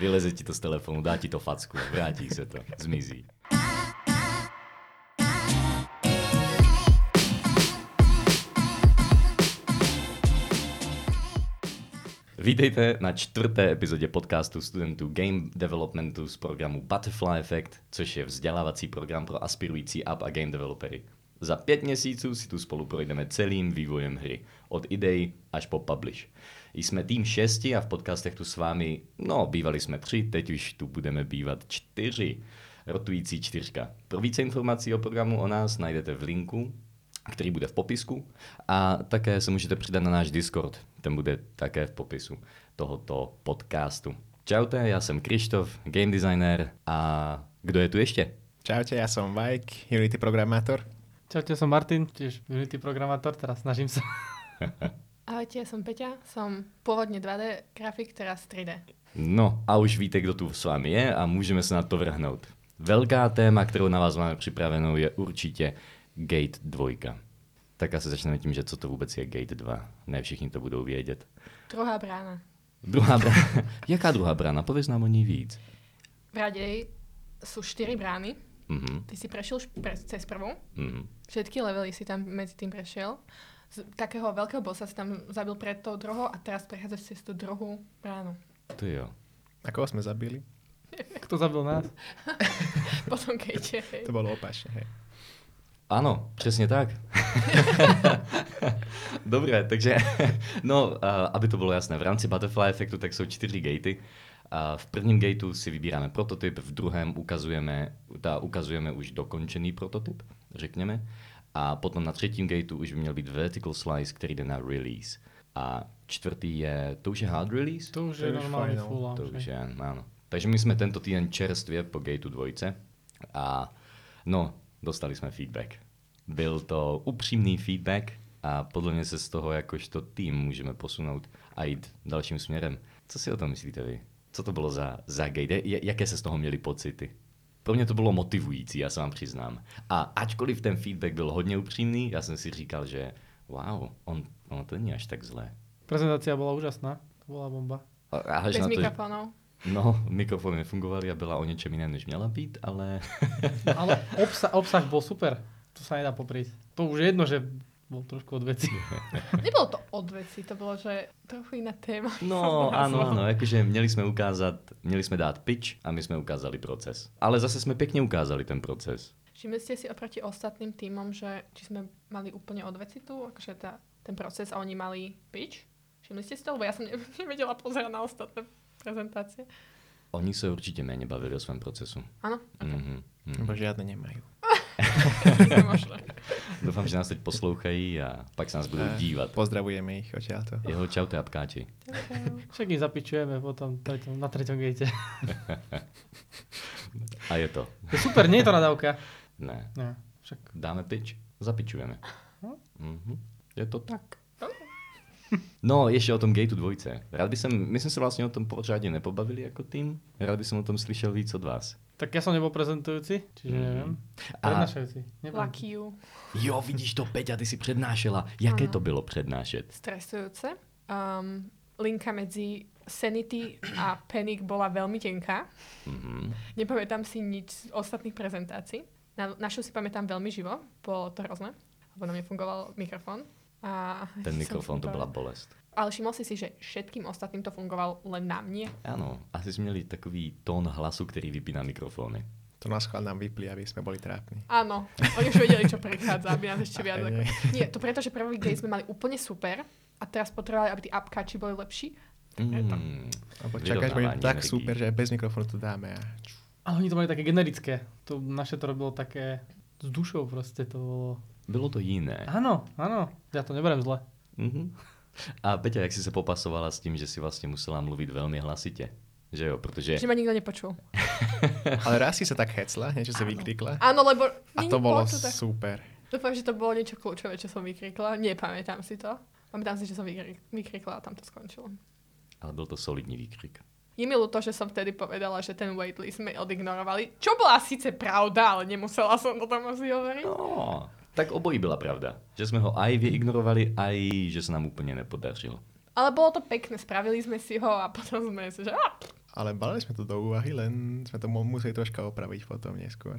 Vyleze ti to z telefónu, dá ti to facku, vrátí se to, zmizí. Vítejte na čtvrté epizodě podcastu studentů Game Developmentu z programu Butterfly Effect, což je vzdělávací program pro aspirující app a game developery. Za pět měsíců si tu spolu projdeme celým vývojem hry, od idei až po publish. Jsme tým šesti a v podcastech tu s vámi, no bývali jsme tři, teď už tu budeme bývat čtyři. Rotující čtyřka. Pro více informací o programu o nás najdete v linku který bude v popisku. A také se můžete přidat na náš Discord, ten bude také v popisu tohoto podcastu. Čaute, já jsem Krištof, game designer a kdo je tu ještě? Čaute, ja som Vajk, Unity programátor. Čaute, som Martin, tiež Unity programátor, teraz snažím sa. Ahojte, ja som Peťa, som pôvodne 2D grafik, teraz 3D. No a už víte, kdo tu s vámi je a můžeme se na to vrhnout. Velká téma, kterou na vás máme připravenou, je určitě Gate 2. Tak asi začneme tím, že co to vůbec je Gate 2. Ne všichni to budou vědět. Druhá brána. Druhá brána. Jaká druhá brána? Pověz nám o ní víc. V radej sú 4 brány. Mhm, Ty si prešiel šp- pre- cez prvú. mhm. Všetky levely si tam medzi tým prešiel. Z takého veľkého bossa si tam zabil pred tou druhou a teraz prechádzaš cez tú druhú bránu. To jo. A koho sme zabili? Kto zabil nás? Potom keď je... To bolo opačne, hej. Áno, presne tak. Dobre, takže, no, a aby to bolo jasné, v rámci Butterfly efektu tak sú 4 gatey. A v prvním gateu si vybírame prototyp, v druhém ukazujeme, tá ukazujeme už dokončený prototyp, řekneme. A potom na třetím gateu už by měl být vertical slice, který jde na release. A čtvrtý je, to už je hard release? To už To je je už normálny final, full launch. To už hej. je, áno. Takže my sme tento týden čerstvie po Gateu dvojce a no, dostali sme feedback. Byl to upřímný feedback a podľa mňa sa z toho jakožto tým môžeme posunúť a ísť dalším smerom. Co si o tom myslíte vy? Co to bylo za, za Gate? Ja- Jaké sa z toho měli pocity? Pro mě to bylo motivující, já se vám přiznám. A ačkoliv ten feedback byl hodně upřímný, já jsem si říkal, že wow, on, on to není až tak zlé. Prezentácia bola úžasná. To bola bomba. A- A až na Bez to, že- mikrofónov. No, mikrofóny nefungovali a byla o něčem jiném, než měla být, ale... Ale obsa- obsah bol super. To sa nedá poprieť. To už je jedno, že bol trošku od veci. Nebolo to od veci, to bolo, že trochu iná téma. No, ano, ano, jakože měli jsme ukázat, měli jsme dát pitch a my jsme ukázali proces. Ale zase jsme pěkně ukázali ten proces. Všimli ste si oproti ostatným týmom, že či sme mali úplne odvecitu, akože tá, ten proces a oni mali pitch? Všimli ste si to? Lebo ja som ne- nevedela pozerať na ostatné prezentácie. Oni se určitě méně bavili o svém procesu. Áno? Mm-hmm. Lebo žiadne nemajú. Nemožné. Doufám, že nás teď poslouchají a pak se nás budou A dívat. Pozdravujeme ich odtiaľto. Jeho teda čaute a pkáči. Však im zapičujeme potom treťom, na treťom gate. A je to. To je super, nie je to nadávka. Ne. Ne, však Dáme pitch, zapičujeme. No. Mm-hmm. Je to tak. No, ještě o tom Gateu dvojce. Rád by som, my jsme se vlastně o tom pořádně nepobavili jako tým. Rád by som o tom slyšel víc od vás. Tak ja som nebol prezentujúci, čiže Mhm. neviem. A- Prednášajúci. neviem. Lucky you. Jo, vidíš to, Peťa, ty si přednášela. Jaké Ano. to bylo přednášet? Stresujúce. Um, linka medzi Sanity a Panic bola veľmi tenká. Mhm. Nepamätám si nič z ostatných prezentácií. Na, našu si pamätám veľmi živo, bolo to hrozné, lebo nám nefungoval mikrofón. A Ten som mikrofon, to byla fungovala. bolest. Ale všimol si si, že všetkým ostatným to fungoval len na mne. Ano, asi jsme měli takový tón hlasu, který vypíná mikrofony. To nás chvál nám vypli, aby sme boli trápni. Áno, oni už vedeli, čo prechádza, aby nás ešte viac Aj, ako... nie. Nie, to preto, že prvý deň sme mali úplne super a teraz potrebovali, aby tí apkači boli lepší. Mm. Lebo čakáš, Vyrovnávanie bude tak energií. super, že aj bez mikrofónu to dáme. A... Ale oni to mali také generické. To naše to robilo také s dušou proste to bolo. Bylo to jiné. Áno, áno, ja to neberiem zle. Mhm. A Peťa, jak si se popasovala s tím, že si vlastně musela mluvit velmi hlasitě? Že jo, protože... Že ma nikto nepočul. Ale raz si sa tak hecla, niečo si vykrikla. Áno, lebo... A Nie, to bolo to tak. super. Dúfam, že to bolo niečo kľúčové, čo som vykrikla. Nepamätám si to. Pamätám si, že som vykrik- vykrikla a tam to skončilo. Ale byl to solidní výkrik. Je mi ľúto, že som vtedy povedala, že ten waitlist sme odignorovali. Čo bola síce pravda, ale nemusela som to tam asi hovoriť. No, tak obojí byla pravda. Že jsme ho aj vyignorovali, aj že se nám úplně nepodařilo. Ale bolo to pekné, spravili sme si ho a potom sme si, že... "Á, A Ale brali sme to do úvahy, len sme to mu- museli troška opraviť potom neskôr.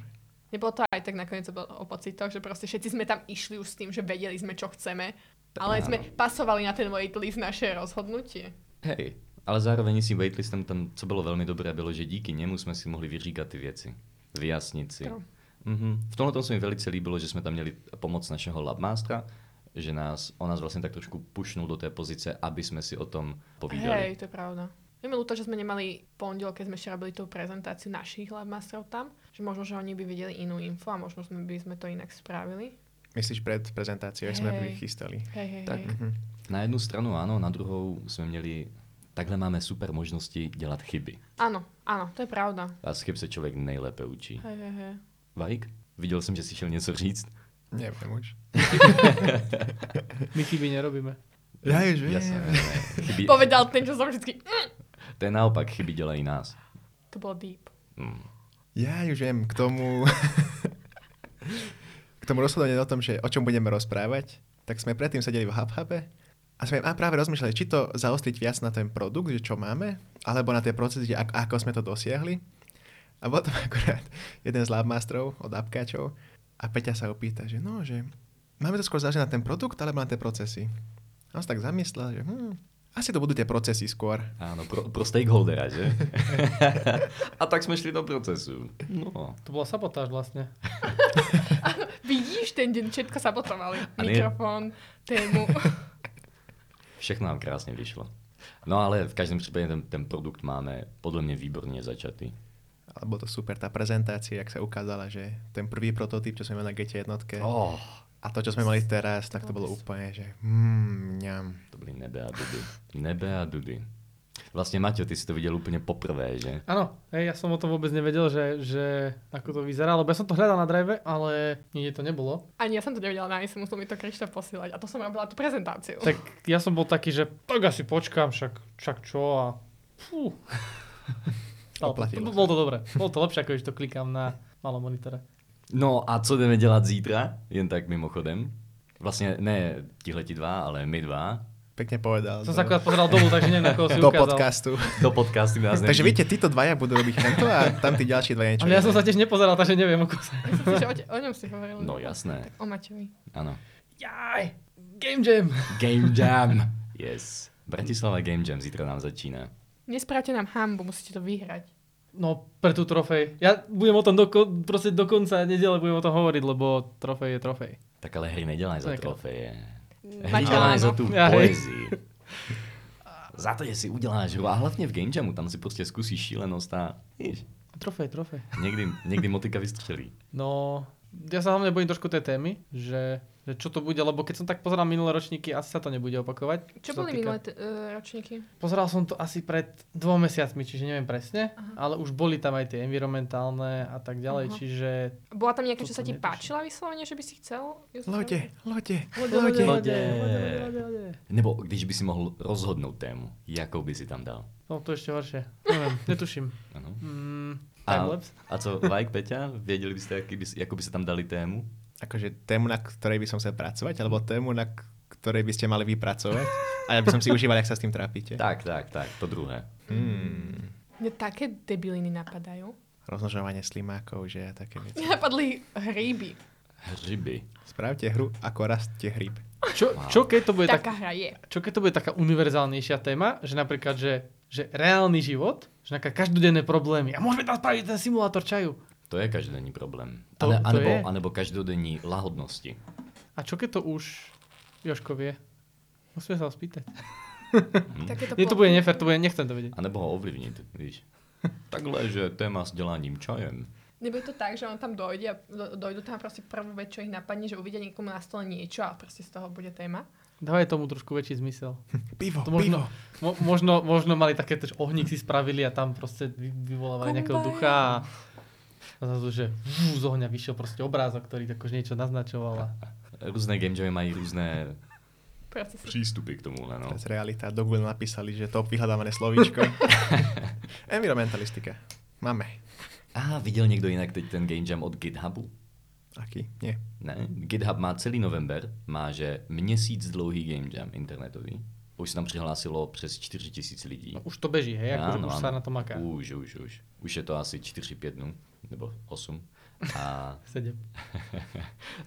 Nebolo to aj tak nakoniec to bolo o pocitoch, že proste všetci sme tam išli už s tým, že vedeli sme, čo chceme, ale Áno. sme pasovali na ten waitlist naše rozhodnutie. Hej, ale zároveň s tým waitlistom tam, co bylo velmi dobré, bylo, že díky němu jsme si mohli vyříkat ty věci, vyjasnit si. Jo. Mm-hmm. V tomhle tom se mi velice líbilo, že jsme tam měli pomoc našeho labmástra, že nás, on nás vlastně tak trošku pušnul do té pozice, aby jsme si o tom povídali. Hej, to je pravda. Je mi ľúto, že sme nemali v pondelok, keď sme ešte robili tú prezentáciu našich labmasterov tam, že možno, že oni by videli inú info a možno sme, by sme to inak spravili. Myslíš pred prezentáciou, jak sme Hej. prichystali? Hej, hej, Tak. hej. Na jednu stranu ano, na druhou jsme měli, takhle máme super možnosti dělat chyby. Áno, áno, to je pravda. A z chyb se člověk nejlépe učí. Hej, hej, hej. Vajk, viděl jsem, že si šel něco říct. Neviem už. My chyby nerobíme. Ja už viem. Jasné, ne, ne. Chyby, Povedal ten, čo som vždycky... "Mm." to je naopak, chyby dělají nás. To bolo deep. Mm. Ja už viem k tomu... k tomu rozhodovaniu o tom, že o čom budeme rozprávať, tak sme predtým sedeli v HubHube a sme a práve rozmýšľali, či to zaostriť viac na ten produkt, že čo máme, alebo na tie procesy, že ak, ako sme to dosiahli. A potom akurát jeden z labmastrov od apkáčov a Peťa sa opýta, že no, že máme to skôr založené na ten produkt, alebo na tie procesy. A on sa tak zamyslel, že hm, asi to budú tie procesy skôr. Áno, pro, pro stakeholdera, že? a tak sme šli do procesu. No. To bola sabotáž vlastne. Vidíš, ten deň všetko sabotovali. A nie. Mikrofón, tému. Všechno nám krásne vyšlo. No ale v každém prípade ten, ten produkt máme podľa mňa výborne začatý. Ale bolo to super, tá prezentácia, jak sa ukázala, že ten prvý prototyp, čo sme mali na GT jednotke No. Oh, a to, čo sme mali teraz, tak to bolo úplne, že mm, ňam. to boli nebe a dudy. Nebe a dudy. Vlastne, Maťo, ty si to videl úplne poprvé, že? Áno, hej, ja som o tom vôbec nevedel, že, že ako to vyzerá, lebo ja som to hľadal na drive, ale nikde to nebolo. Ani ja som to nevedela nájsť, musel mi to Krištof posielať. A to som robila tú prezentáciu. Tak ja som bol taký, že tak asi počkám, však, však čo a fú. Ale Oplatilo Bolo to dobré, bolo to lepšie, ako když to klikám na malom monitore. No a co jdeme dělat zítra? Jen tak mimochodem. Vlastne, ne tihleti dva, ale my dva. Pekne povedal. Som do- sa akurát pozeral dolu, takže neviem, na koho si do ukázal. podcastu. Do podcastu nás Takže nevidí. vidíte, títo dvaja budú robiť tento a tam tí ďalší dvaja niečo. Ale ja som iné. sa tiež nepozeral, takže neviem, ako sa... Ja som si, že o, te- o ňom si hovoril. No jasné, O Maťovi. áno. Jaj, Game Jam. Game Jam. Yes. Bratislava Game Jam zítra nám začína. Nespravte nám hambu, musíte to vyhrať. No, pre tú trofej. Ja budem o tom doko- proste do konca nedele budem o tom hovoriť, lebo trofej je trofej. Tak ale hej, nedelaj za Tak. trofeje. Hej, Maťo, nedelaj za áno. tú Ja, hej. poezii. Za to, že si uděláš hru. A hlavně v Game Jamu, tam si prostě zkusíš šílenost a víš, Trofej, trofej. někdy, někdy motika vystřelí. No, ja sa hlavne bojím trošku tej témy, že, že čo to bude, lebo keď som tak pozeral minulé ročníky, asi sa to nebude opakovať. sa Čo boli týka- minulé t- eh, ročníky? Pozeral som to asi pred dvoma mesiacmi, čiže neviem presne, ale už boli tam aj tie environmentálne a tak ďalej, Aha. čiže Bola tam nejaká, čo Toto sa ti netuším. páčila vyslovene, že by si chcel? ju Lode, spraviť? lode, Lode, lode. lode. Nebo když by si mohl rozhodnout tému, jakou by si tam dal. No to je ešte horšie. Neviem, netuším. Ano. Mm, A, timelapse. a co, Vajk, Peťa, věděli byste, jaký by, jakou by se tam dali tému? Akože tému, na ktorej by som chcel pracovať, alebo tému, na k- ktorej by ste mali vypracovať. A ja by som si užíval, ak sa s tým trápite. Tak, tak, tak, to druhé. Hmm. Mne také debiliny napadajú. Rozmnožovanie slimákov, že a také veci. Mne napadli hríby. Hřiby. Spravte hru, ako rastie hryb. Čo, čo keď to bude tak, Taká hra je. čo keď to bude taká univerzálnejšia téma, že napríklad, že, že reálny život, že nejaké každodenné problémy a môžeme tam spraviť ten simulátor čaju. To je každodenní problém. To- ale, to anebo, je. anebo každodenní lahodnosti. A čo keď to už Joško vie? Musíme sa ho spýtať. Takéto Nie, Hm. to bude nefér, to bude, nechcem to vedieť. A nebo ho ovlivnit, víš. Takhle, že téma s děláním čajem. Nebude to tak, že on tam dojde a do- dojdú tam proste prvú vec, čo ich napadne, že uvidia niekomu na stole niečo a proste z toho bude téma. Dávaj tomu trošku väčší zmysel. Pivo, To pivo. možno, mo, možno, možno mali také tiež ohník si spravili a tam proste vy, vyvolávali nejakého Kumbaya. ducha a, a zrazu, že vú, z ohňa vyšiel proste obrázok, ktorý tak už niečo naznačoval. A... Různé game jammy mají různé Procesy. přístupy k tomu, no. Teraz realita. Do Google napísali, že top vyhľadávané slovíčko. Environmentalistika. Máme. A viděl někdo jinak teď ten game jam od GitHubu? Aký? Nie. Ne, GitHub má celý november, má že měsíc dlouhý game jam internetový. Už se tam přihlásilo přes 4 tisíc lidí. No, už to beží, hej, akože Áno, už áno. sa na to maká. Už, už, už. Už je to asi 4-5 dnů, nebo 8. A Sedem.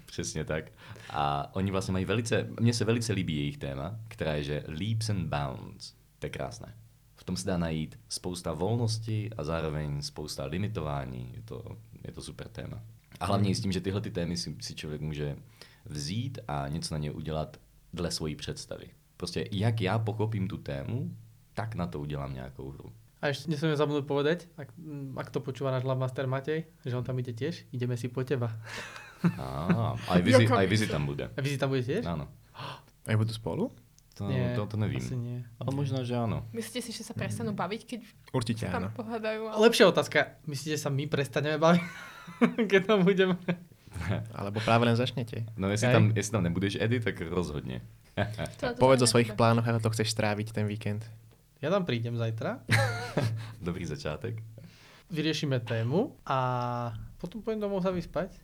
Přesně tak. A oni vlastně mají velice, mně se velice líbí jejich téma, která je, že leaps and bounds. To je krásné. V tom se dá najít spousta volnosti a zároveň spousta limitování. Je to, je to super téma. A hlavně i s tím, že tyhle ty témy si, si člověk může vzít a něco na ně udělat dle svojí představy. Prostě jak já pochopím tu tému, tak na to udělám nějakou hru. A ešte nesmieme zabudnúť povedať, ak, m, ak to počúva náš Labmaster Matej, že on tam ide tiež, ideme si po teba. A aj vizi, aj vizi tam bude. A vy si tam budete tiež? Áno. Aj budú spolu? To, to, to nevím. Asi nie. Ale možno, že áno. Myslíte si, že sa prestanú baviť, keď Určite áno. no. tam pohádajú? Ale... Lepšia otázka, myslíte, že sa my prestaneme baviť, keď tam budeme? Alebo práve len začnete. No jestli, Hej. tam, jestli tam nebudeš Eddie, tak rozhodně. To, to Povedz o teda svojich nebude. plánoch, ako to chceš stráviť ten víkend. Ja tam prídem zajtra, Dobrý začátek. vyriešime tému a potom pôjdem domov sa vyspať.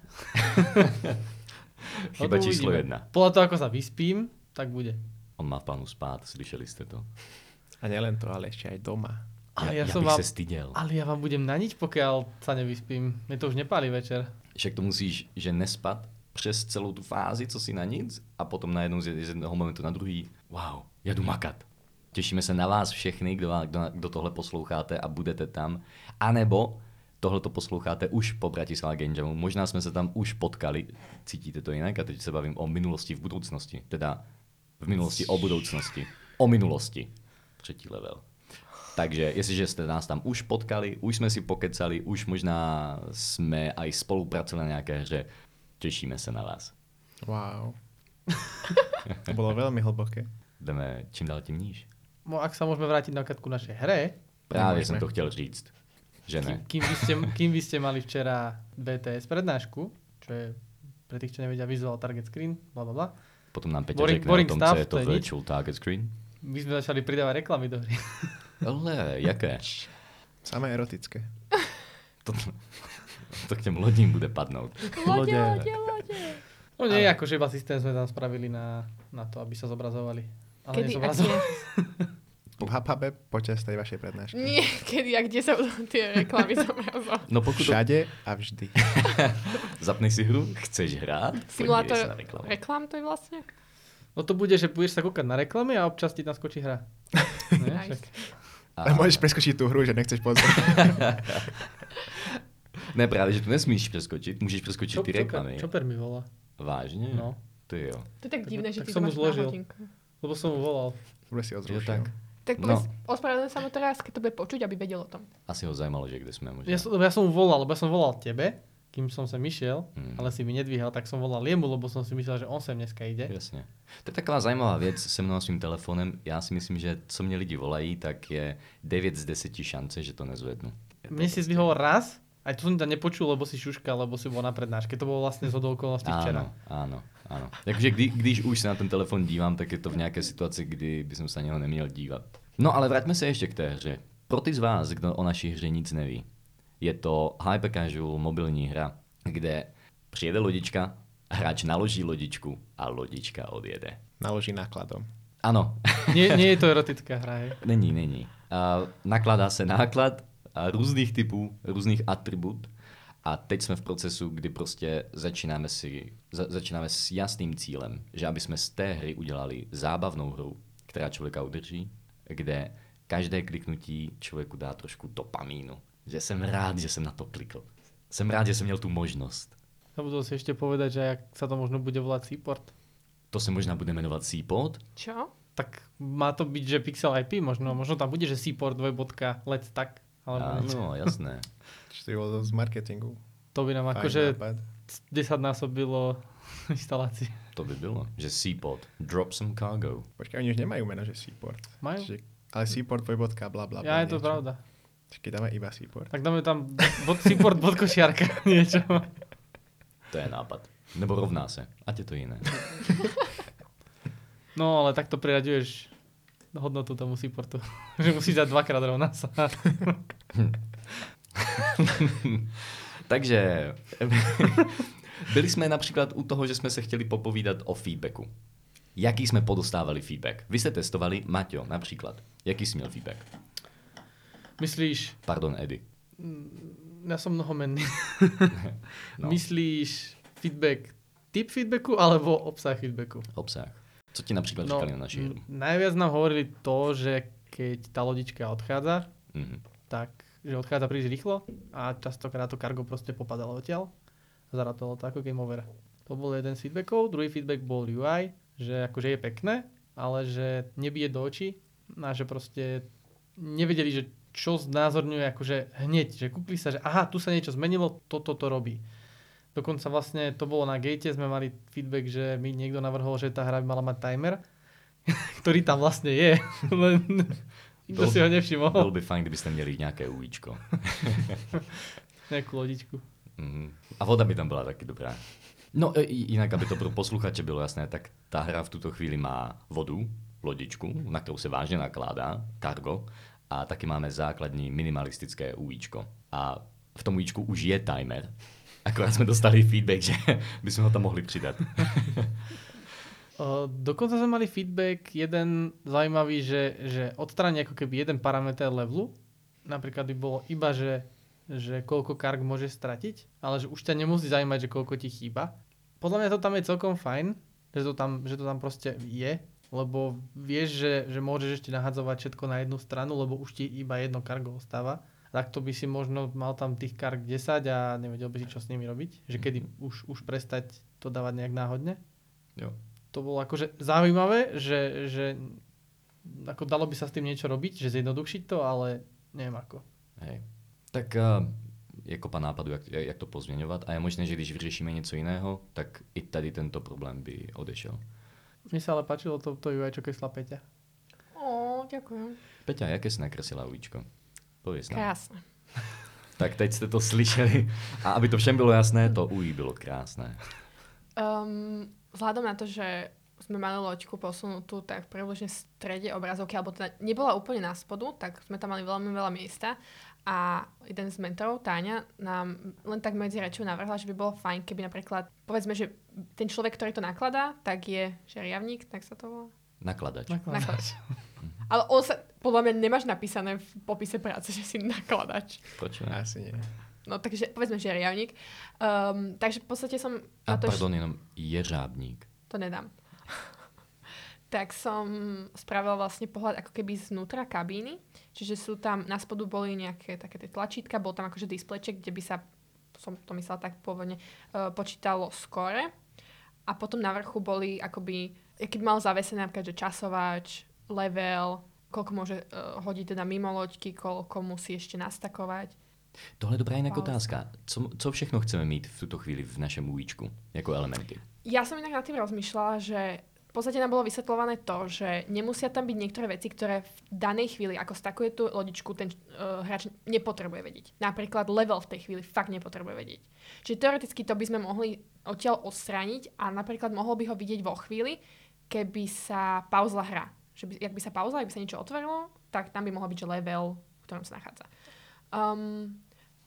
Chyba No to číslo uvidíme. jedna. Podľa toho, ako sa vyspím, tak bude. On má v plánu spát, slyšeli jste to. A nielen to, ale ešte aj doma. Já, Ale já, ja, já som bych vám... se styděl. Ale ja vám budem na nič, pokiaľ sa nevyspím. Mne to už nepáli večer. Však to musíš, že nespat přes celou tu fázi, co si na nic, a potom najednou z jed- z jednoho momentu na druhý, wow, já jdu makat. Těšíme se na vás všechny, kdo, vá- kdo, kdo tohle posloucháte a budete tam. A nebo tohle to posloucháte už po Bratislava Game Jamu. Možná jsme se tam už potkali, cítíte to jinak a teď se bavím o minulosti v budoucnosti. Teda v minulosti o budoucnosti. O minulosti. Třetí level. Takže jestliže ste nás tam už potkali, už sme si pokecali, už možná sme aj spolupracovali na nejaké hře, tešíme sa na vás. Wow. to bolo veľmi hlboké. Jdeme čím dál tím níž. No, ak sa môžeme vrátiť na ku našej hre, Právě Nemôžeme. jsem to chtěl říct, že ne. kým vy, ste, kým vy ste mali včera BTS prednášku, čo je pre tých, čo nevedia, visual target screen, bla bla bla. Potom nám Peťa Boring- řekne o boring tom, stuff, co je to to je nič. virtual target screen. My sme začali pridávať reklamy do hry. Ale jaké? Samé erotické. To, to k těm lodím bude padnout. Lode, Lode. lode, lode. No nie, akože iba systém sme tam spravili na, na to, aby sa zobrazovali. Ale Kedy a nezobrazovali. kde? V Hubhube počas tej vašej prednášky. Nie, kedy a kde sa budú tie reklamy zobrazovať. No pokud to, Všade a vždy. zapnej si hru, chceš hrát, podívej se na Simulátor reklamu. reklám to je vlastne? No to bude, že budeš sa kúkať na reklamy a občas ti tam skočí hra. Nie, Nice. však. A môžeš preskočiť tú hru, že nechceš pozrieť. Ne, právě, že tu nesmíš přeskočit, můžeš Čo, přeskočit ty reklamy. čoper, čoper mi volá. Vážně? No. Ty jo. To je tak divné, že tak ty som to mu máš zložil. na hodinku. Lebo som mu volal. Dobre si ho Je zrušil. tak. Tak No. no. ospravedlňujem sa mu teraz, keď to bude počuť, aby vedel o tom. Asi ho zajímalo, že kde sme. Možná. Ja som, lebo ja som mu volal, lebo ja som volal tebe, kým som sem išiel, Mm. ale si mi nedvíhal, tak som volal jemu, lebo som si myslel, že on sem dneska ide. Jasně. To je taková zajímavá věc se mnou a svým telefonem. Já si myslím, že co mě lidi volají, tak je 9 z 10 šance, že to nezvednu. Mne si zvihol raz, aj to som ťa nepočul, lebo si šuška, lebo si bol na prednáške. To bolo vlastne zhodou okolností včera. Áno, áno, áno. Takže kdy, když už se na ten telefon dívám, tak je to v nějaké situaci, kdy by som se na něho neměl dívat. No ale vraťme se ještě k té hře. Pro ty z vás, kdo o naší hře nic neví, je to hypercasual mobilní hra, kde přijede lodička, hráč naloží lodičku a lodička odjede. Naloží nákladom. Ano, Nie, nie je to erotická hra, hej. Není, není. A nakladá se náklad a různých typů, různých atribut a teď jsme v procesu, kdy prostě začínáme, si, za, začínáme s jasným cílem, že aby jsme z té hry udělali zábavnou hru, která člověka udrží, kde každé kliknutí člověku dá trošku dopamínu. Že jsem rád, že jsem na to klikl. Jsem rád, že jsem měl tu možnost. Zabudol si ešte povedať, že jak sa to možno bude volať Seaport. To se možná bude jmenovat Seapod, Čo? Tak má to byť, že Pixel IP možno. Možno tam bude, že Seaport 2. Let's tak. Alebo niečo. Ano, no, jasné. Čiže to bolo z marketingu. To by nám Fajn no. akože nápad. 10 násobilo inštalácie. To by bylo, že Seapod, drop some cargo. Počkaj, oni už nemajú meno, že Seaport. Majú? Čiže, ale Seaport dvojbodka, bla bla. Ja, bla, je to niečo. pravda. Čiže Keď dáme iba Seaport. Tak dáme tam bod, support bod košiarka, niečo. To je nápad. Nebo rovná se. Ať je to jiné. No ale takto priraďuješ hodnotu tomu supportu. že musíš dať dvakrát rovná sa. Takže byli jsme například u toho, že jsme se chtěli popovídat o feedbacku. jaký sme podostávali feedback. Vy ste testovali, Maťo napríklad, jaký si měl feedback? Myslíš, Pardon, Eddie. ja som mnohomenný. No, Myslíš feedback, typ feedbacku alebo obsah feedbacku? obsah. Co ti napríklad no, říkali na naši hru? m, najviac nám hovorili to, že keď tá lodička odchádza, Mhm. tak že odchádza príliš rýchlo a častokrát to kargo proste popadalo odtiaľ. Zaratalo to ako game over. To bol jeden z feedbackov. Druhý feedback bol UI, že akože je pekné, ale že nebije do očí a že proste nevedeli, že čo znázorňuje akože hneď, že kúkli sa, že aha, tu sa niečo zmenilo, toto to robí. Dokonca vlastne to bolo na gate, sme mali feedback, že mi niekto navrhol, že tá hra by mala mať timer, ktorý tam vlastne je, len nikto Bol- si ho nevšimol. Bylo by fajn, kdybyste měli nějaké ujíčko. Nejakú lodičku. Mhm. A voda by tam byla taky dobrá. No e, i- jinak, aby to pro posluchače bylo jasné, tak ta hra v tuto chvíli má vodu, lodičku, na kterou se vážně nakládá, kargo, a taky máme základní minimalistické ujíčko. A v tom ujíčku už je timer. Akorát jsme dostali feedback, že bychom ho tam mohli přidat. Uh, dokonca sme mali feedback jeden zaujímavý, že, že odstráni ako keby jeden parameter levelu. Napríklad by bolo iba, že, že koľko karg môže stratiť, ale že už ťa nemusí zaujímať, že koľko ti chýba. Podľa mňa to tam je celkom fajn, že to tam, že to tam proste je, lebo vieš, že, že môžeš ešte nahadzovať všetko na jednu stranu, lebo už ti iba jedno kargo ostáva. Tak to by si možno mal tam tých karg 10 a nevedel by si, čo s nimi robiť. Že kedy už, už prestať to dávať nejak náhodne Jo. to bolo akože zaujímavé, že, že ako dalo by sa s tým niečo robiť, že zjednodušiť to, ale neviem ako. Hej. Tak a, je kopa nápadů, jak, jak to pozměňovat a je možné, že když vyřešíme něco jiného, tak i tady tento problém by odešel. Mne sa ale páčilo to, to UI, čo kesla Peťa. Ó, ďakujem. Peťa, jaké jsi nakreslila ujíčko? Pověz nám. Krásne. Tak teď jste to slyšeli. A aby to všem bylo jasné, to ují bylo krásné. Um, vzhľadom na to, že sme mali loďku posunutú tak približne v strede obrazovky, alebo teda nebola úplne na spodu, tak sme tam mali veľmi veľa miesta. A jeden z mentorov, Táňa, nám len tak medzi rečou navrhla, že by bolo fajn, keby napríklad, povedzme, že ten človek, ktorý to nakladá, tak je žeriavník, tak sa to volá. Nakladač. No. Nakladač. Mhm. Ale on sa, podľa mňa, nemáš napísané v popise práce, že si nakladač. Proč ne? Asi nie. No takže povedzme, že riavník. Um, takže v podstate som... A na to pardon, jenom jeřábník. to nedám. tak som spravila vlastne pohľad ako keby znútra kabíny. Čiže sú tam, na spodu boli nejaké také tie tlačítka, bol tam akože displeček, kde by sa, som to myslela tak pôvodne, eh, počítalo skore. A potom na vrchu boli akoby, keby mal zavesené napríklad, že časovač, level, koľko môže eh, hodiť teda mimo loďky, koľko musí ešte nastakovať. Tohle je dobrá jinak Pauza. otázka. Co, co všechno chceme mít v tuto chvíli v našem újíčku jako elementy? Ja som inak nad tým rozmýšľala, že v podstate nám bolo vysvetľované to, že nemusia tam byť niektoré veci, ktoré v danej chvíli, ako stakuje tú lodičku, ten uh, hráč nepotrebuje vedieť. Napríklad level v tej chvíli fakt nepotrebuje vedieť. Čiže teoreticky to by sme mohli odtiaľ odstrániť a napríklad mohol by ho vidieť vo chvíli, keby sa pauzla hra. Že by, ak by sa pauzla, ak by sa niečo otvorilo, tak tam by mohol byť že level, v ktorom sa nachádza. Um,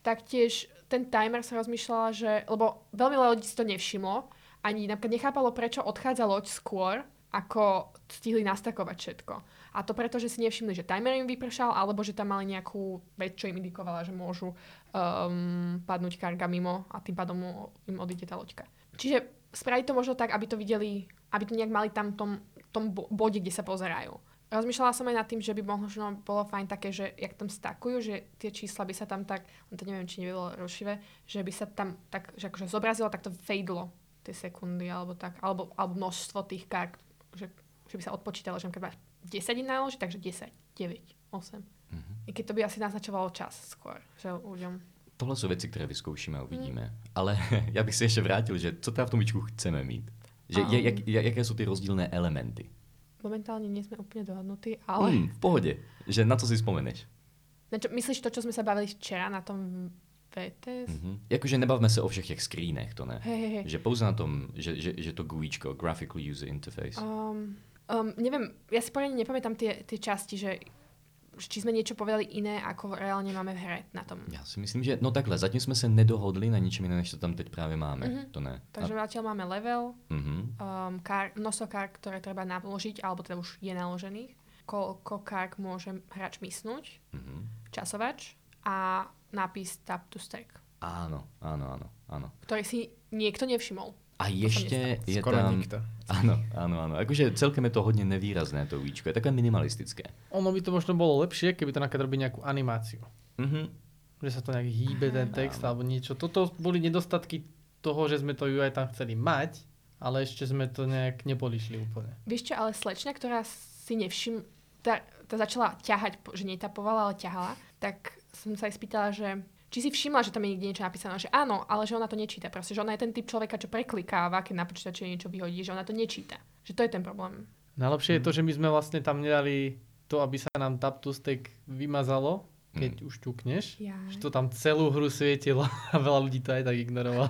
taktiež ten timer sa rozmýšľala, že, lebo veľmi veľa ľudí si to nevšimlo, ani napríklad nechápalo, prečo odchádza loď skôr, ako stihli nastakovať všetko. A to preto, že si nevšimli, že timer im vypršal, alebo že tam mali nejakú vec, čo im indikovala, že môžu um, padnúť karga mimo a tým pádom mu- im odíde tá loďka. Čiže spraviť to možno tak, aby to videli, aby to nejak mali tam v tom, tom bo- bode, kde sa pozerajú. Rozmýšľala som aj nad tým, že by možno bolo fajn také, že jak tam stakujú, že tie čísla by sa tam tak, len to neviem, či nebolo rušivé, že by sa tam tak, že akože zobrazilo, tak to fejdlo tie sekundy, alebo tak, alebo, alebo množstvo tých kart, že, že by sa odpočítalo, že napríklad máš 10 im náloží, takže 10, 9, 8. I keď to by asi naznačovalo čas skôr, že ľuďom. Tohle jsou věci, které vyzkoušíme a uvidíme. Hmm. Ale já bych se ještě vrátil, že co teda v tom újíčku chceme mít? Že Um. je, jak, jak- jaké jsou ty rozdílné elementy? Momentálne nie sme úplne dohodnutí, ale... Mm, v pohodě. Že na co si vzpomeneš? Na čo, myslíš to, čo sme sa bavili včera na tom VTS? Mhm. Jakože nebavme se o všech těch skrínech, to ne. Hej, hej, hej. Že pouze na tom, že, že, že to GUIčko, Graphical User Interface. Um, um, neviem, ja si poriadne nepamätám tie, tie časti, že či sme niečo povedali iné, ako reálne máme v hre na tom. Já si myslím, že no takhle, zatím jsme se nedohodli na ničem jiném, než to tam teď právě máme. Mhm. To ne. Takže zatiaľ máme level, mhm. um, kar, noso kar, ktoré treba naložiť, alebo teda už je naložených, koľko kark môže hráč misnúť, Mhm. časovač a nápis tap to stack, Áno, áno, áno, áno. ktorý si niekto nevšimol. A ještě nestalo. je Skoro tam... nikto. Áno, áno, áno. Akože celkem je to hodně nevýrazné, to víčko. Je také minimalistické. Ono by to možno bolo lepšie, keby to napríklad robí nejakú animáciu. Mhm. Že sa to nejak hýbe ten text alebo niečo. Toto boli nedostatky toho, že sme to UI tam chceli mať, ale ešte sme to nejak nepolišli úplne. Vieš čo, ale slečna, ktorá si nevšim... Tá, tá začala ťahať, po- že netapovala, ale ťahala, tak som sa aj spýtala, že či si všimla, že tam je niekde niečo napísané, že áno, ale že ona to nečíta. Proste, že ona je ten typ človeka, čo preklikáva, keď na počítače niečo vyhodí, že ona to nečíta. Že to je ten problém. Najlepšie Mhm. je to, že my sme vlastne tam nedali to, aby sa nám tap to stack vymazalo, keď Mhm. už ťukneš. Jaj. Že to tam celú hru svietilo a veľa ľudí to aj tak ignorovalo.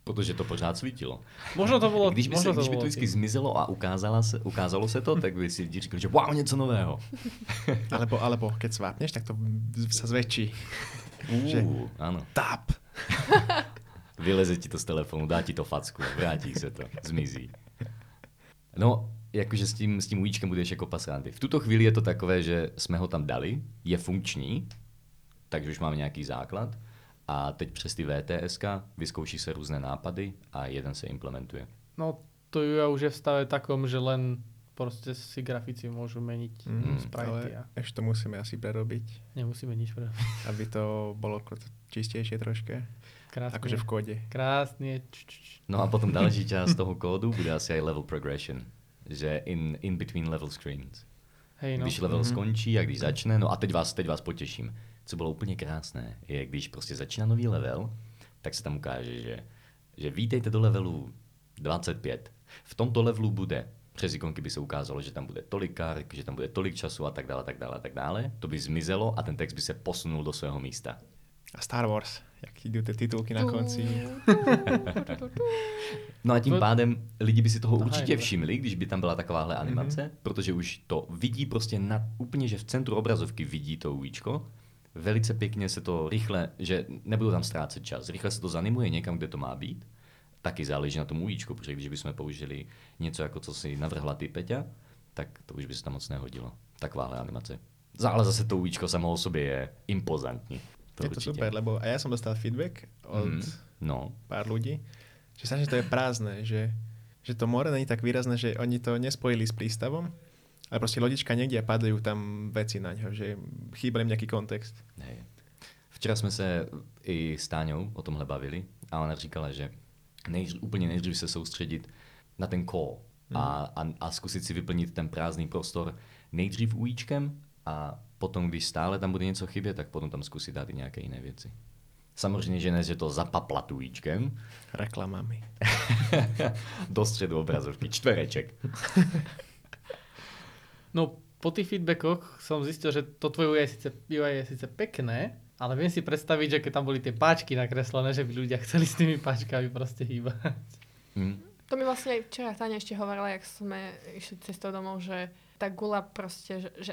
Protože to pořád svítilo. možno to bolo... Když by, se, možno když by bolo to vždycky tým. zmizelo a ukázala se, ukázalo se to, tak by si vždy říkal, že wow, něco nového. Alebo, alebo keď svápneš, tak to v- sa zväčší. Že- Uh, ano. Tap! Vyleze ti to z telefonu, dá ti to facku, vrátí se to, zmizí. No, jakože s tím, s tím ujíčkem budeš jako pasáty. V tuto chvíli je to takové, že jsme ho tam dali, je funkční, takže už máme nějaký základ a teď přes ty VTSK vyzkouší se různé nápady a jeden se implementuje. No to UI už je v stave takom, že len proste si grafici môžu meniť Mhm, Mm, sprite a Ale ešte to musíme asi prerobiť, nemusíme nič pre... aby to bolo kl- čistejšie troške. Krásne. Akože v kóde. Krásne. Č, č, č. No a potom další část toho kódu bude asi aj level progression, že in, in between level screens. Hej no. Když level skončí a když začne, no a teď vás, teď vás potěším. Co bylo úplně krásné, je když prostě začíná nový level, tak se tam ukáže, že, že vítejte do levelu 25. V tomto levelu bude, přes ikonky by se ukázalo, že tam bude tolik kark, že tam bude tolik času a tak dále, tak dále, tak dále. To by zmizelo a ten text by se posunul do svého místa. A Star Wars, jak idú tie titulky na konci. No a tím To- pádem lidi by si toho Aha, určitě dobré. všimli, když by tam byla takováhle animace, mm-hmm. protože už to vidí prostě na, úplně, že v centru obrazovky vidí to ujíčko. Velice pěkně se to rychle, že nebudou tam ztrácet čas, rychle se to zanimuje někam, kde to má být. Taky záleží na tom ujíčku, protože když bychom použili něco, jako co si navrhla ty Peťa, tak to už by se tam moc nehodilo. Takováhle animace. Za- Ale zase to ujíčko samo o sobě je impozantní. To je to určitě. super, lebo a ja som dostal feedback od Mm. Mhm. No, pár ľudí, že sa, že to je prázdne, že, že to more není tak výrazné, že oni to nespojili s prístavom, ale proste lodička niekde a padajú tam veci na ňo, že chýba im nejaký kontext. Hej. Včera jsme se i s Táňou o tomhle bavili a ona říkala, že nejdř, úplně nejdřív se soustředit na ten call a, a, a zkusit si vyplnit ten prázdný prostor nejdřív újíčkem a potom, když stále tam bude něco chybět, tak potom tam zkusit dát i nějaké jiné věci. Samozřejmě, že ne, že to zapaplat újíčkem Reklamami. do středu obrazovky, čtvereček. No po tých feedbackoch som zistil, že to tvoje UI je síce, UI je síce pekné, ale viem si predstaviť, že keď tam boli tie páčky nakreslené, že by ľudia chceli s tými páčkami proste hýbať. Hm. To mi vlastne aj včera Táňa ešte hovorila, jak sme išli cestou domov, že tá gula proste, že, že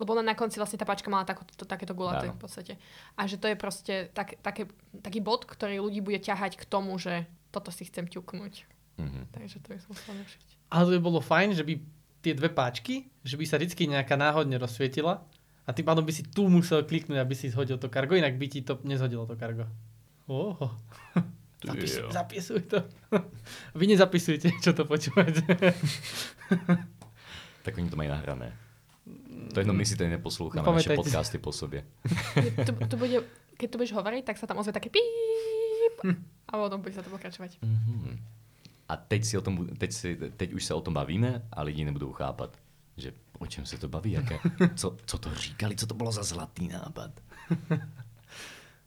lebo ona na konci vlastne tá páčka mala takú, to, takéto gulaté Áno. v podstate. A že to je proste tak, také, taký bod, ktorý ľudí bude ťahať k tomu, že toto si chcem ťuknúť. Mhm. Takže to by som musela našiť. Ale to by bolo fajn, že by tie dve páčky, že by sa vždy nejaká náhodne rozsvietila a tým pádom by si tu musel kliknúť, aby si zhodil to kargo, inak by ti to nezhodilo to kargo. Oho. Ty Zapisuj, jo. zapisuj to. Vy nezapisujte, čo to počúvate. Tak oni to mají nahrané. To jenom my si tady neposloucháme naše Pamätajte si. podcasty po sobě. To, to bude, keď to budeš hovoriť, tak sa tam ozve také píp a potom bude sa to pokračovať. Mhm. A teď, si o tom, bu- teď, si, teď už se o tom bavíme a lidi nebudou chápat, že o čem se to baví, jaké, co, co to říkali, co to bylo za zlatý nápad.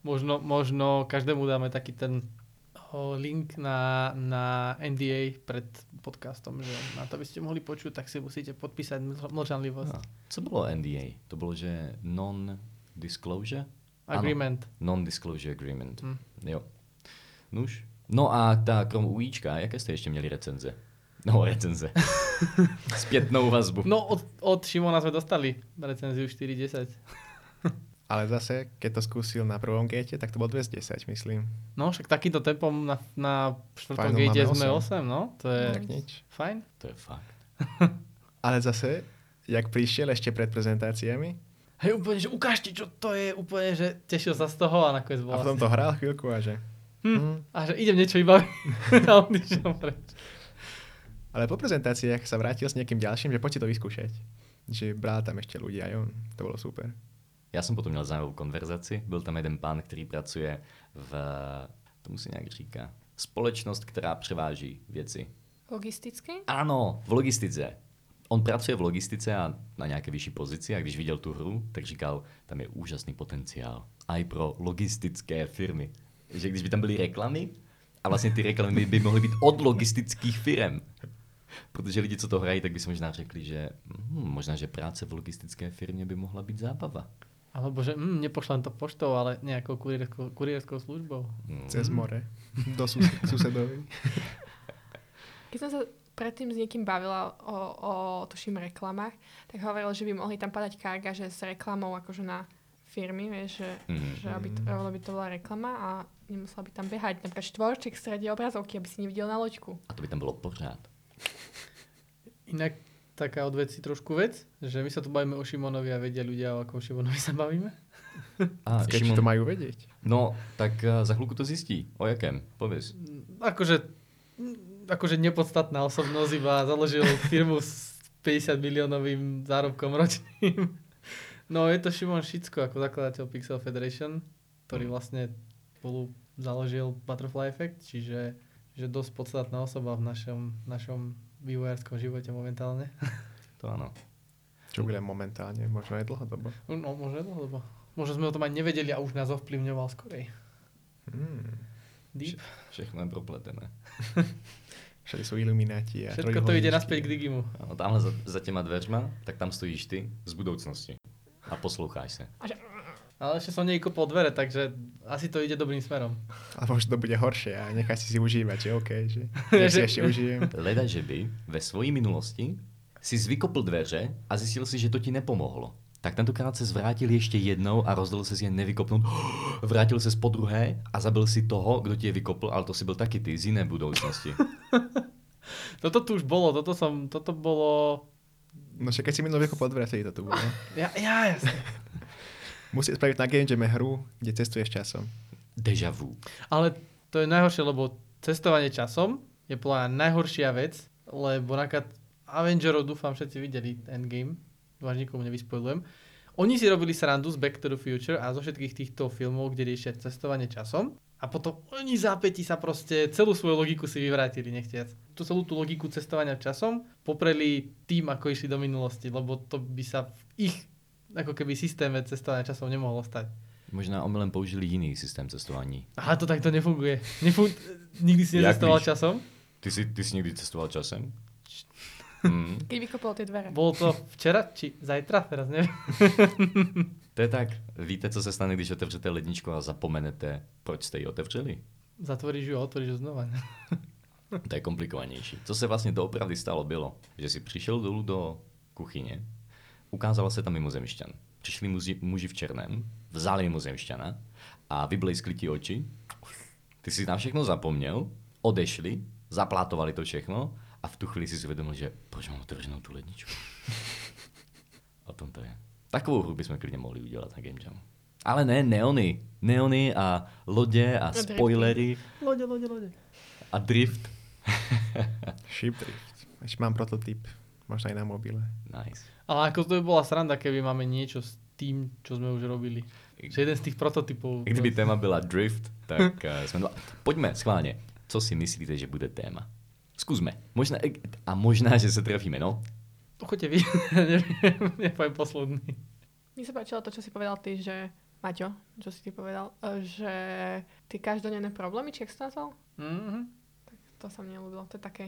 Možno, možno každému dáme taký ten o, link na, na NDA pred podcastom, že na to by ste mohli počuť, tak si musíte podpísať mlč- mlčanlivosť. No. Co bylo NDA? To bylo, že non-disclosure? Ano, Agreement. Non-disclosure agreement. Hm. Jo. Nuž. No a ta, krom UIčka, jaké jste ještě měli recenze? No, recenze. Spätnou vazbu. No od, od Šimona sme dostali recenziu 4.10. Ale zase, keď to skúsil na prvom gate, tak to bolo 210, myslím. No však takýmto tempom na, na štvrtom Final gate máme sme 8. osem. no. To je Tak nič. fajn. To je fakt. Ale zase, jak prišiel ešte pred prezentáciami, Hej, úplne, že ukážte, čo to je, úplne, že tešil sa z toho a nakoniec a bol potom asi- to Mhm. hral chvíľku a že... Hm. A že idem niečo iba a on išiel preč. Ale po prezentáciách sa vrátil s niekým ďalším, že poďte to vyskúšať. Že bral tam ešte ľudia aj on. To bolo super. Já jsem potom měl zajímavou konverzaci. Byl tam jeden pán, který pracuje v, tomu se nějak říká, společnost, která převáží věci. Logisticky? Ano, v logistice. On pracuje v logistice a na nějaké vyšší pozici a když viděl tu hru, tak říkal, tam je úžasný potenciál. Aj pro logistické firmy. Že když by tam byly reklamy, a vlastně ty reklamy by mohly být od logistických firm. Protože lidi, co to hrají, tak by si možná řekli, že hm, možná, že práce v logistické firmě by mohla být zábava. Alebo že hm, nepošlem to poštou, ale nejakou kurierskou, kurierskou službou. Mm. Cez more. Do sus- susedovi. Keď som sa predtým s niekým bavila o, o tuším reklamách, tak hovoril, že by mohli tam padať karga, že s reklamou akože na firmy, vieš, že, Mhm. mm. že aby, to, aby to bola reklama a nemusela by tam behať napríklad štvorček v strede obrazovky, aby si nevidel na loďku. A to by tam bylo pořád. Inak taká odveci trošku vec, že my sa tu bavíme o Šimonovi a vedia ľudia, o akom Šimonovi sa bavíme. A, Keď to majú vedieť. No, tak eh, za chvilku to zjistí. O jakém? Pověz. Akože, mm, akože nepodstatná osobnosť iba založil firmu s 50 miliónovým zárobkom ročným. No je to Šimon Šicko ako zakladateľ Pixel Federation, ktorý vlastne spolu založil Butterfly Effect, čiže že dosť podstatná osoba v našom, našom vývojárskom živote momentálne. To ano. Čo bude Mm. momentálne, možno aj dlhodobo. No, možno dlhodobo. Možno sme o tom aj nevedeli a už nás ovplyvňoval skorej. Hmm. Deep. Všechno je propletené. Všade sú ilumináti a Všetko to ide trojuholníčky. naspäť k Digimu. Ano, tamhle za, za těma dveřma, tak tam stojíš ty z budoucnosti. A posloucháš se. Ale ešte som nejkopol dvere, takže asi to ide dobrým smerom. A možno to bude horšie a nechá si si užívať, že OK, že Že- nech si ešte užijem. Leda, že by ve svojí minulosti si vykopl dveře a zjistil si, že to ti nepomohlo. Tak tentokrát se zvrátil ještě jednou a rozhodl se si je nevykopnout. Vrátil se po druhé a zabil si toho, kdo ti je vykopl, ale to si byl taky ty z jiné budoucnosti. Toto tu už bolo, toto som, toto bolo... No však keď si minulý vekopol dvere, vtedy to tu bude. Ja, ja, jasne. Musí spraviť na game jame hru, kde cestuješ časom. Deja vu. Ale to je najhoršie, lebo cestovanie časom je podľa mňa najhoršia vec, lebo napríklad Avengerov dúfam všetci videli Endgame, vážne nikomu nevyspojujem. Oni si robili srandu z Back to the Future a zo všetkých týchto filmov, kde riešia cestovanie časom a potom oni zápäti sa proste celú svoju logiku si vyvrátili nechtiac. Tu celú tú logiku cestovania časom popreli tým, ako išli do minulosti, lebo to by sa v ich ako keby systéme cestovania časom nemohlo stať. Možná omylem použili jiný systém cestování. Aha, to takto nefunguje. Nefun- nikdy si nezastoval Jak víš? časom. Ty jsi, ty jsi někdy cestoval časem? Hmm. Keď vykopol tie dvere. Bolo to včera či zajtra, teraz neviem. To je tak. Víte, co se stane, když otevřete ledničku a zapomenete, proč jste ji otevřeli? Zatvoríš ju a otvoríš ju znova. To je komplikovanější. Co se vlastně doopravdy stalo bylo, že si přišel dolů do kuchyně, ukázala se tam mimozemšťan. Přišli muži, muži v černém, vzali mimozemšťana a vyblejskli ti oči. Ty si na všechno zapomněl, odešli, zaplátovali to všechno a v tu chvíli si uvědomil, že proč mám otevřenou tu ledničku. O tom to je. Takovou hru bychom klidně mohli udělat na Game Jamu. Ale ne, neony. Neony a lodě a drifty. spoilery Lode, lode, lode. a drift. Shipdrift. Ešte mám prototyp. Možno aj na mobile. Nice. Ale ako to by bola sranda, keby máme niečo s tým, čo sme už robili. Že jeden z tých prototypov. I Kdyby téma byla drift, tak eh, jsme dva. Pojďme schválně. Co si myslíte, že bude téma? Zkusme. Možná, eh, a možná, že se trefíme, no? Choďte vy, neviem, ja poviem posledný. Mne sa páčilo to, čo si povedal ty, že Maťo, čo si ty povedal, e, že ty každodenné problémy, či jak si to nazval? Mhm. To sa mne ľúbilo, to je také.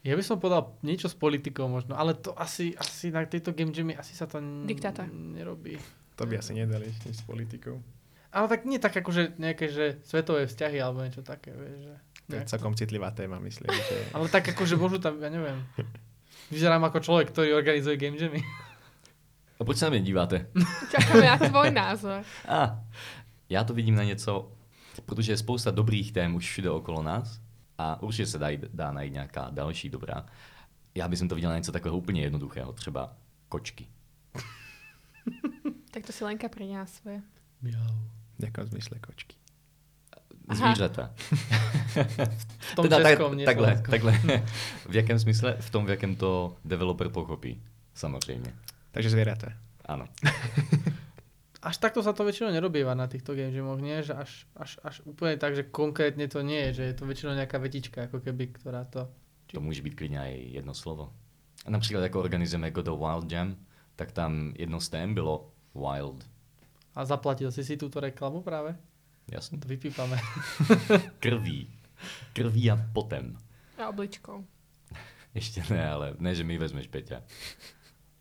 Ja by som povedal niečo s politikou možno, ale to asi, asi na tejto game jammy asi sa to n- Diktátor. nerobí. To Mm. by asi nedali nič s politikou. Ale tak nie tak akože nejaké, že svetové vzťahy alebo niečo také, vieš, že... To je nejak- celkom citlivá téma, myslím. Že... Ale tak akože môžu tam, ja neviem. Vyzerám ako človek, ktorý organizuje game jammy. A proč se na mě díváte? Čakáme na tvoj názor. A já to vidím na něco, protože je spousta dobrých tém už všude okolo nás a určitě se dá, dá najít nějaká další dobrá. Já bych to viděl na něco takového úplně jednoduchého, třeba kočky. Tak to si Lenka priniesla svoje. Miau. V nejakom zmysle kočky. Aha. Zvířata. Teda V tom českom, nie takhle, slovenskom. takhle. v jakém smysle? V tom, v jakém to developer pochopí. Samozřejmě. Takže zvieratá. Ano. Až takto sa to väčšinou nerobíva na týchto game jamoch, nie? Že až, až, až úplne tak, že konkrétne to nie je, že je to väčšinou nejaká vetička, ako keby, ktorá to... To může být klidně i jedno slovo. A například jako organizujeme God of Wild Jam, tak tam jedno z tém bylo Wild. A zaplatil si si túto reklamu práve? Jasně. To vypípame. Krví. Krví a potem. A obličkou. Ještě ne, ale ne, že mi ji vezmeš, Peťa.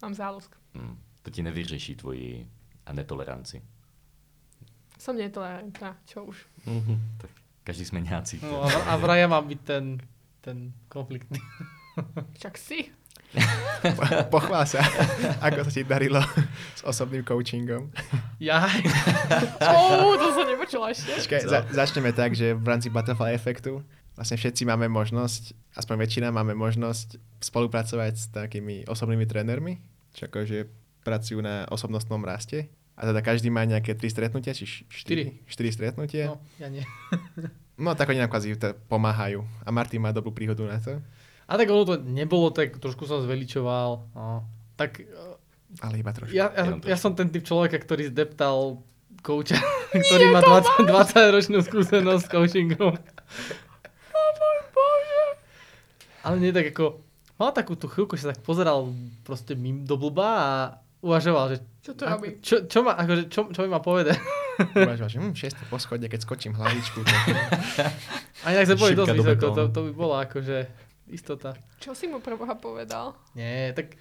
Mám záľusk. Hm. To ti nevyřeší tvoji a netoleranci. Som netolerantná, čo už. Mhm. Tak každý jsme nějací. No, a, vr- a vraj ja mám byť ten, ten konfliktný. Čak si. Po- Pochvál sa, ako sa ti darilo s osobným coachingom. Jaj. Ó, to som nepočula ešte. Počkaj, za, začneme tak, že v rámci Butterfly efektu vlastne všetci máme možnosť, aspoň väčšina máme možnosť spolupracovať s takými osobnými trénermi, čo akože pracujú na osobnostnom raste. A teda každý má nejaké tri stretnutia, či š- štyri? Štyri stretnutia. No, ja nie. No, tak oni nám kvázi t- pomáhajú. A Martin má dobrú príhodu na to, A tak ono to nebolo, tak trošku som zveličoval. No. Tak eh, ale iba trošku. ja, ja, Jenom ja trošku. som ten typ človeka, ktorý zdeptal kouča, ktorý má 20, 20 ročnú skúsenosť s coachingom. Ale nie tak ako... Mal takú tú chvíľku, že sa tak pozeral proste mým do blba a uvažoval, že Čo to robí? čo, čo, ma, akože, čo, čo mi má povedať. Uvažoval, že hm, šesté poschodie, keď skočím hlavičku. To... A inak sme boli Šipka dosť do vysoko, betónu. to, to by bola akože istota. Čo si mu pre Boha povedal? Nie, tak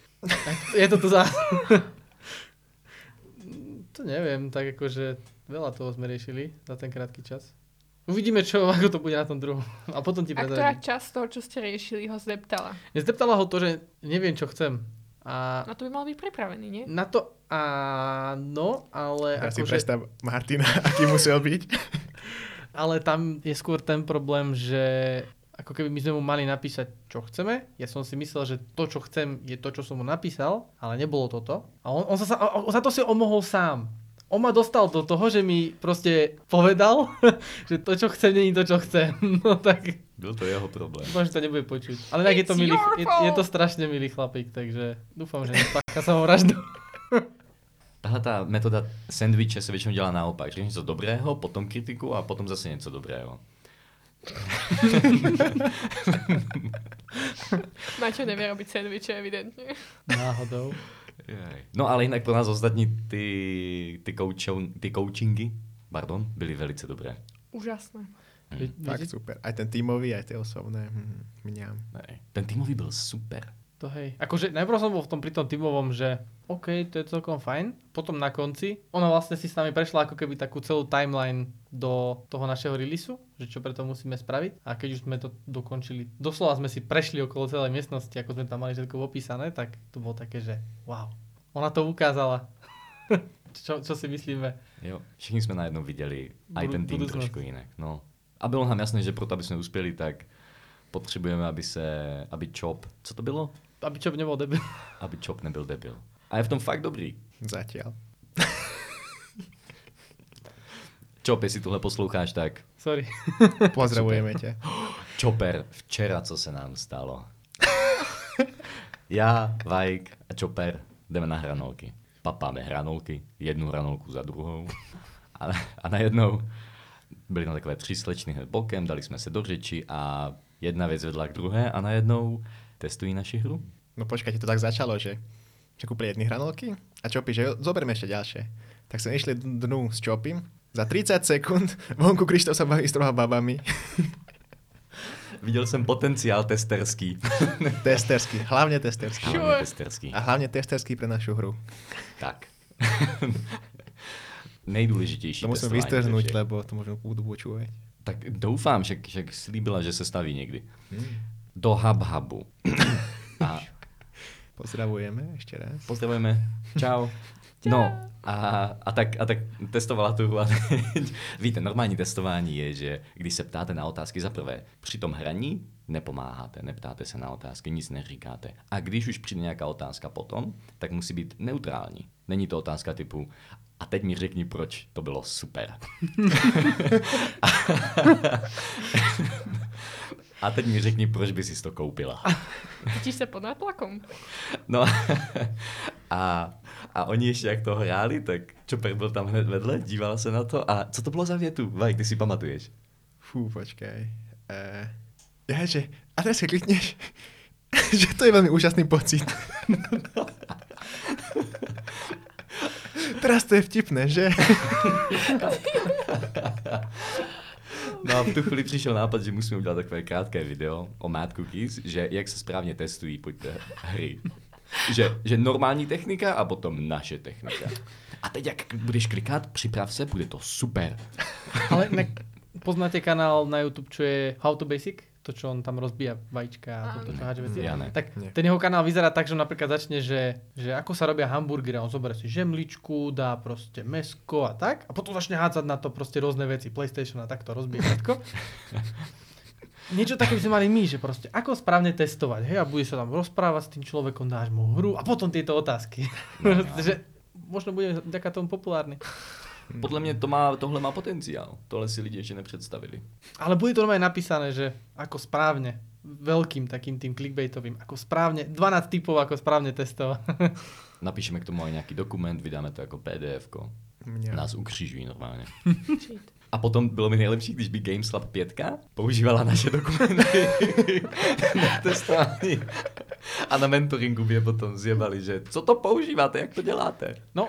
je to tu za... to neviem, tak akože veľa toho sme riešili za ten krátky čas. Uvidíme, čo, ako to bude na tom druhom. A potom ti A ktorá predstavím. časť toho, čo ste riešili, ho zdeptala? Nezdeptala ho to, že neviem, čo chcem. A No to by mal byť pripravený, nie? na to áno, ale, Ja si akože, predstav Martina, aký musel byť. ale tam je skôr ten problém, že ako keby my sme mu mali napísať, čo chceme. Ja som si myslel, že to, čo chcem, je to, čo som mu napísal, ale nebolo toto. A on, on sa, sa- on, on sa to si omohol sám. On ma dostal do toho, že mi proste povedal, že to, čo chcem, není to, čo chcem. No tak Byl to jeho problém. dúfam, že to nebude počuť. Ale tak je to, It's milý, your je, fault. je to strašne milý chlapík, takže dúfam, že nepácha sa ho vraždu. Tahle ta metoda sandviče se většinou dělá naopak. Říkáš něco dobrého, potom kritiku a potom zase něco dobrého. Maťo nevie robiť sendviče, evidentne. Náhodou. Jej. No ale jinak pro nás ostatní ty, ty, coachou, ty coachingy pardon, byly velice dobré. Úžasné. Vy- Tak vidíte? super. Aj ten tímový, aj tie osobné. Hm, mňam. Nej. Ten týmový byl super. To hej. Akože najprv som bol v tom pri tom týmovom, že OK, to je celkom fajn. Potom na konci, ona vlastne si s nami prešla ako keby takú celú timeline do toho našeho releaseu, že čo preto musíme spraviť. A keď už sme to dokončili, doslova sme si prešli okolo celej miestnosti, ako sme tam mali všetko popísané, tak to bolo také, že wow. Ona to ukázala. čo, čo si myslíme. Jo. Všichni jsme najednou viděli aj Budu- ten tým budoucnost. trošku jinak. No. A bylo nám jasné, že proto, aby jsme uspěli, tak potřebujeme, aby se, aby Chop, co to bylo? Aby čo nebol debil. Aby Chop nebyl debil. A je v tom fakt dobrý. Zatiaľ. Chop, jestli tohle posloucháš, tak Sorry. Pozdravujeme ťa. Chopper, včera, co se nám stalo. Já, Vajk a Chopper jdeme na hranolky. Papáme hranolky, jednu hranolku za druhou. A, a najednou byli na takové tři slečny hned bokem, dali jsme se do řeči a jedna věc vedla k druhé a najednou testují naši hru. No počkajte, to tak začalo, že že kúpili jedny hranolky a Čopy, že jo, zoberme ešte ďalšie. Tak sme išli d- dnu s Čopim. Za 30 sekúnd vonku Krištof sa baví s troma babami. Viděl jsem potenciál testerský. testerský, hlavne testerský. Hlavně testerský. A hlavne testerský pre našu hru. Tak. Nejdůležitější To musím testování ze vystrhnúť, všech. lebo to možno budú počúvať. Tak doufám, že, že slíbila, že se staví někdy. Do Hubhubu. A Pozdravujeme ešte raz. Pozdravujeme. Čau. No, a, a, tak, a tak testovala tu a víte, normální testování je, že když se ptáte na otázky za prvé, při tom hraní nepomáháte, neptáte se na otázky, nic neříkáte. A když už přijde nějaká otázka potom, tak musí být neutrální. Není to otázka typu, a teď mi řekni, proč to bylo super. a teď mi řekni, proč by si to koupila. Cítiš sa pod nátlakom? No a, a oni ešte, ak to hráli, tak Čoper byl tam hned vedle, díval se na to a co to bylo za větu? Vaj, ty si pamatuješ. Fú, počkaj. Uh, ja, že, a teraz keď klikneš, že to je veľmi úžasný pocit. teraz to je vtipné, že? No a v tu chvíli přišel nápad, že musíme udělat takové krátké video o Mad Cookies, že jak se správně testují pojďte hry. Že, že normální technika a potom naše technika. A teď jak budeš klikat, připrav se, bude to super. Ale ne, poznáte kanál na YouTube, čo je How to Basic? To, čo on tam rozbíja vajíčka a toto, čo háže veci. Ja ne. Tak Nie. ten jeho kanál vyzerá tak, že on napríklad začne, že, že ako sa robia hamburgery. On zoberie si žemličku, dá proste mesko a tak. A potom začne hádzať na to proste rôzne veci. PlayStation a takto rozbije všetko. Niečo také by sme mali my, že proste ako správne testovať. Hej, a bude sa tam rozprávať s tým človekom, dáš mu hru a potom tieto otázky. No, no. že možno budeme vďaka tomu populárni. Podle mě to má, tohle má potenciál. Tohle si lidi ještě nepředstavili. Ale bude to normálne napísané, že ako správne, veľkým takým tým clickbaitovým, ako správne, 12 typov, ako správne testovať. Napíšeme k tomu aj nějaký dokument, vydáme to jako pdf ko Mňa. Nás ukřižují normálně. Cheat. A potom bylo mi nejlepší, když by GameSlab 5 používala naše dokumenty na testování. A na mentoringu mě potom zjebali, že co to používáte, jak to děláte. No,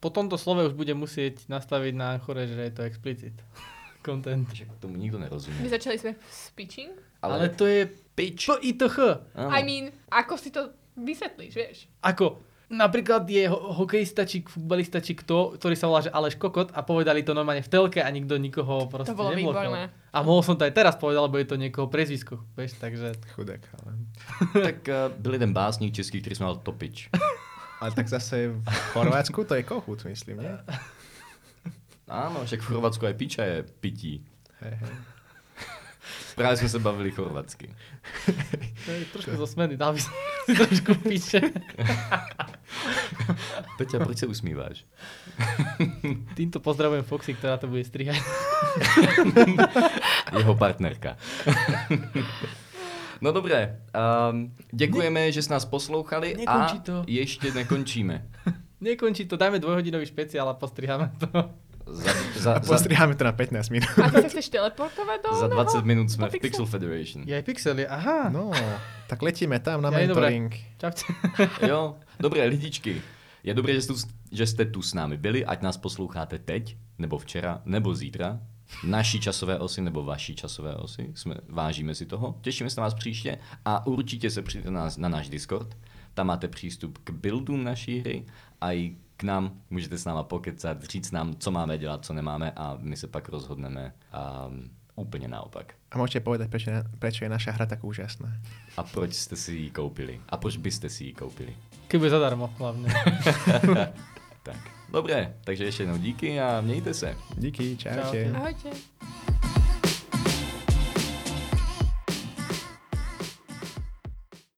po tomto slove už bude musieť nastaviť na chore, že je to explicit content. Že tomu nikdo nerozumí. My začali sme s pitching. Ale, Ale to je pič. p i t h. Áno. I mean, ako si to vysvetlíš, vieš? Ako napríklad je ho- hokejista či futbalista či kto, ktorý sa volá, že Aleš Kokot a povedali to normálne v telke a nikto nikoho proste bolo neblokoval. výborné. A mohol som to aj teraz povedať, lebo je to niekoho priezvisko, vieš, takže Chudák, ale... tak eh, byl jeden básník český, který se jmenoval Topič. ale tak zase v Chorvátsku to je kohút, myslím, nie? Áno, však v Chorvatsku aj piča je pití. Hej, hej. Právě jsme se bavili chorvatsky. to je trošku zosmený, dal by som si trošku píše. Peťa, proč se usmíváš? Týmto pozdravujem Foxy, ktorá to bude strihať. Jeho partnerka. No dobré, um, děkujeme, že jste nás poslouchali a Nekončí to. ještě nekončíme. Nekončí to, dáme dvojhodinový špeciál a postriháme to. Za, za, A za, postriháme to na 15 minút. A ty sa chceš teleportovať do za oného? 20 minut jsme No, Do v Pixel Federation. Je aj pixely, aha. No. No, tak letíme tam na Ja, je dobré. mentoring. Čaute. Jo, dobré lidičky. Je dobré, že, tu, že jste tu s námi byli, ať nás posloucháte teď, nebo včera, nebo zítra. Naší časové osy nebo vaší časové osy. Jsme, vážíme si toho. Těšíme se na vás příště a určitě se přijďte na, nás, na náš Discord. Tam máte přístup k buildům naší hry a i k nám. Můžete s náma pokecat, říct nám, co máme dělat, co nemáme a my se pak rozhodneme um, úplně naopak. A môžete povedať, prečo, je na- prečo je naša hra tak úžasná. A proč jste si ji koupili? A proč byste si ji koupili? Keby zadarmo hlavne. Tak, dobré, takže ještě jednou díky a mějte se. Díky, čaute. Čaute. Ahojte.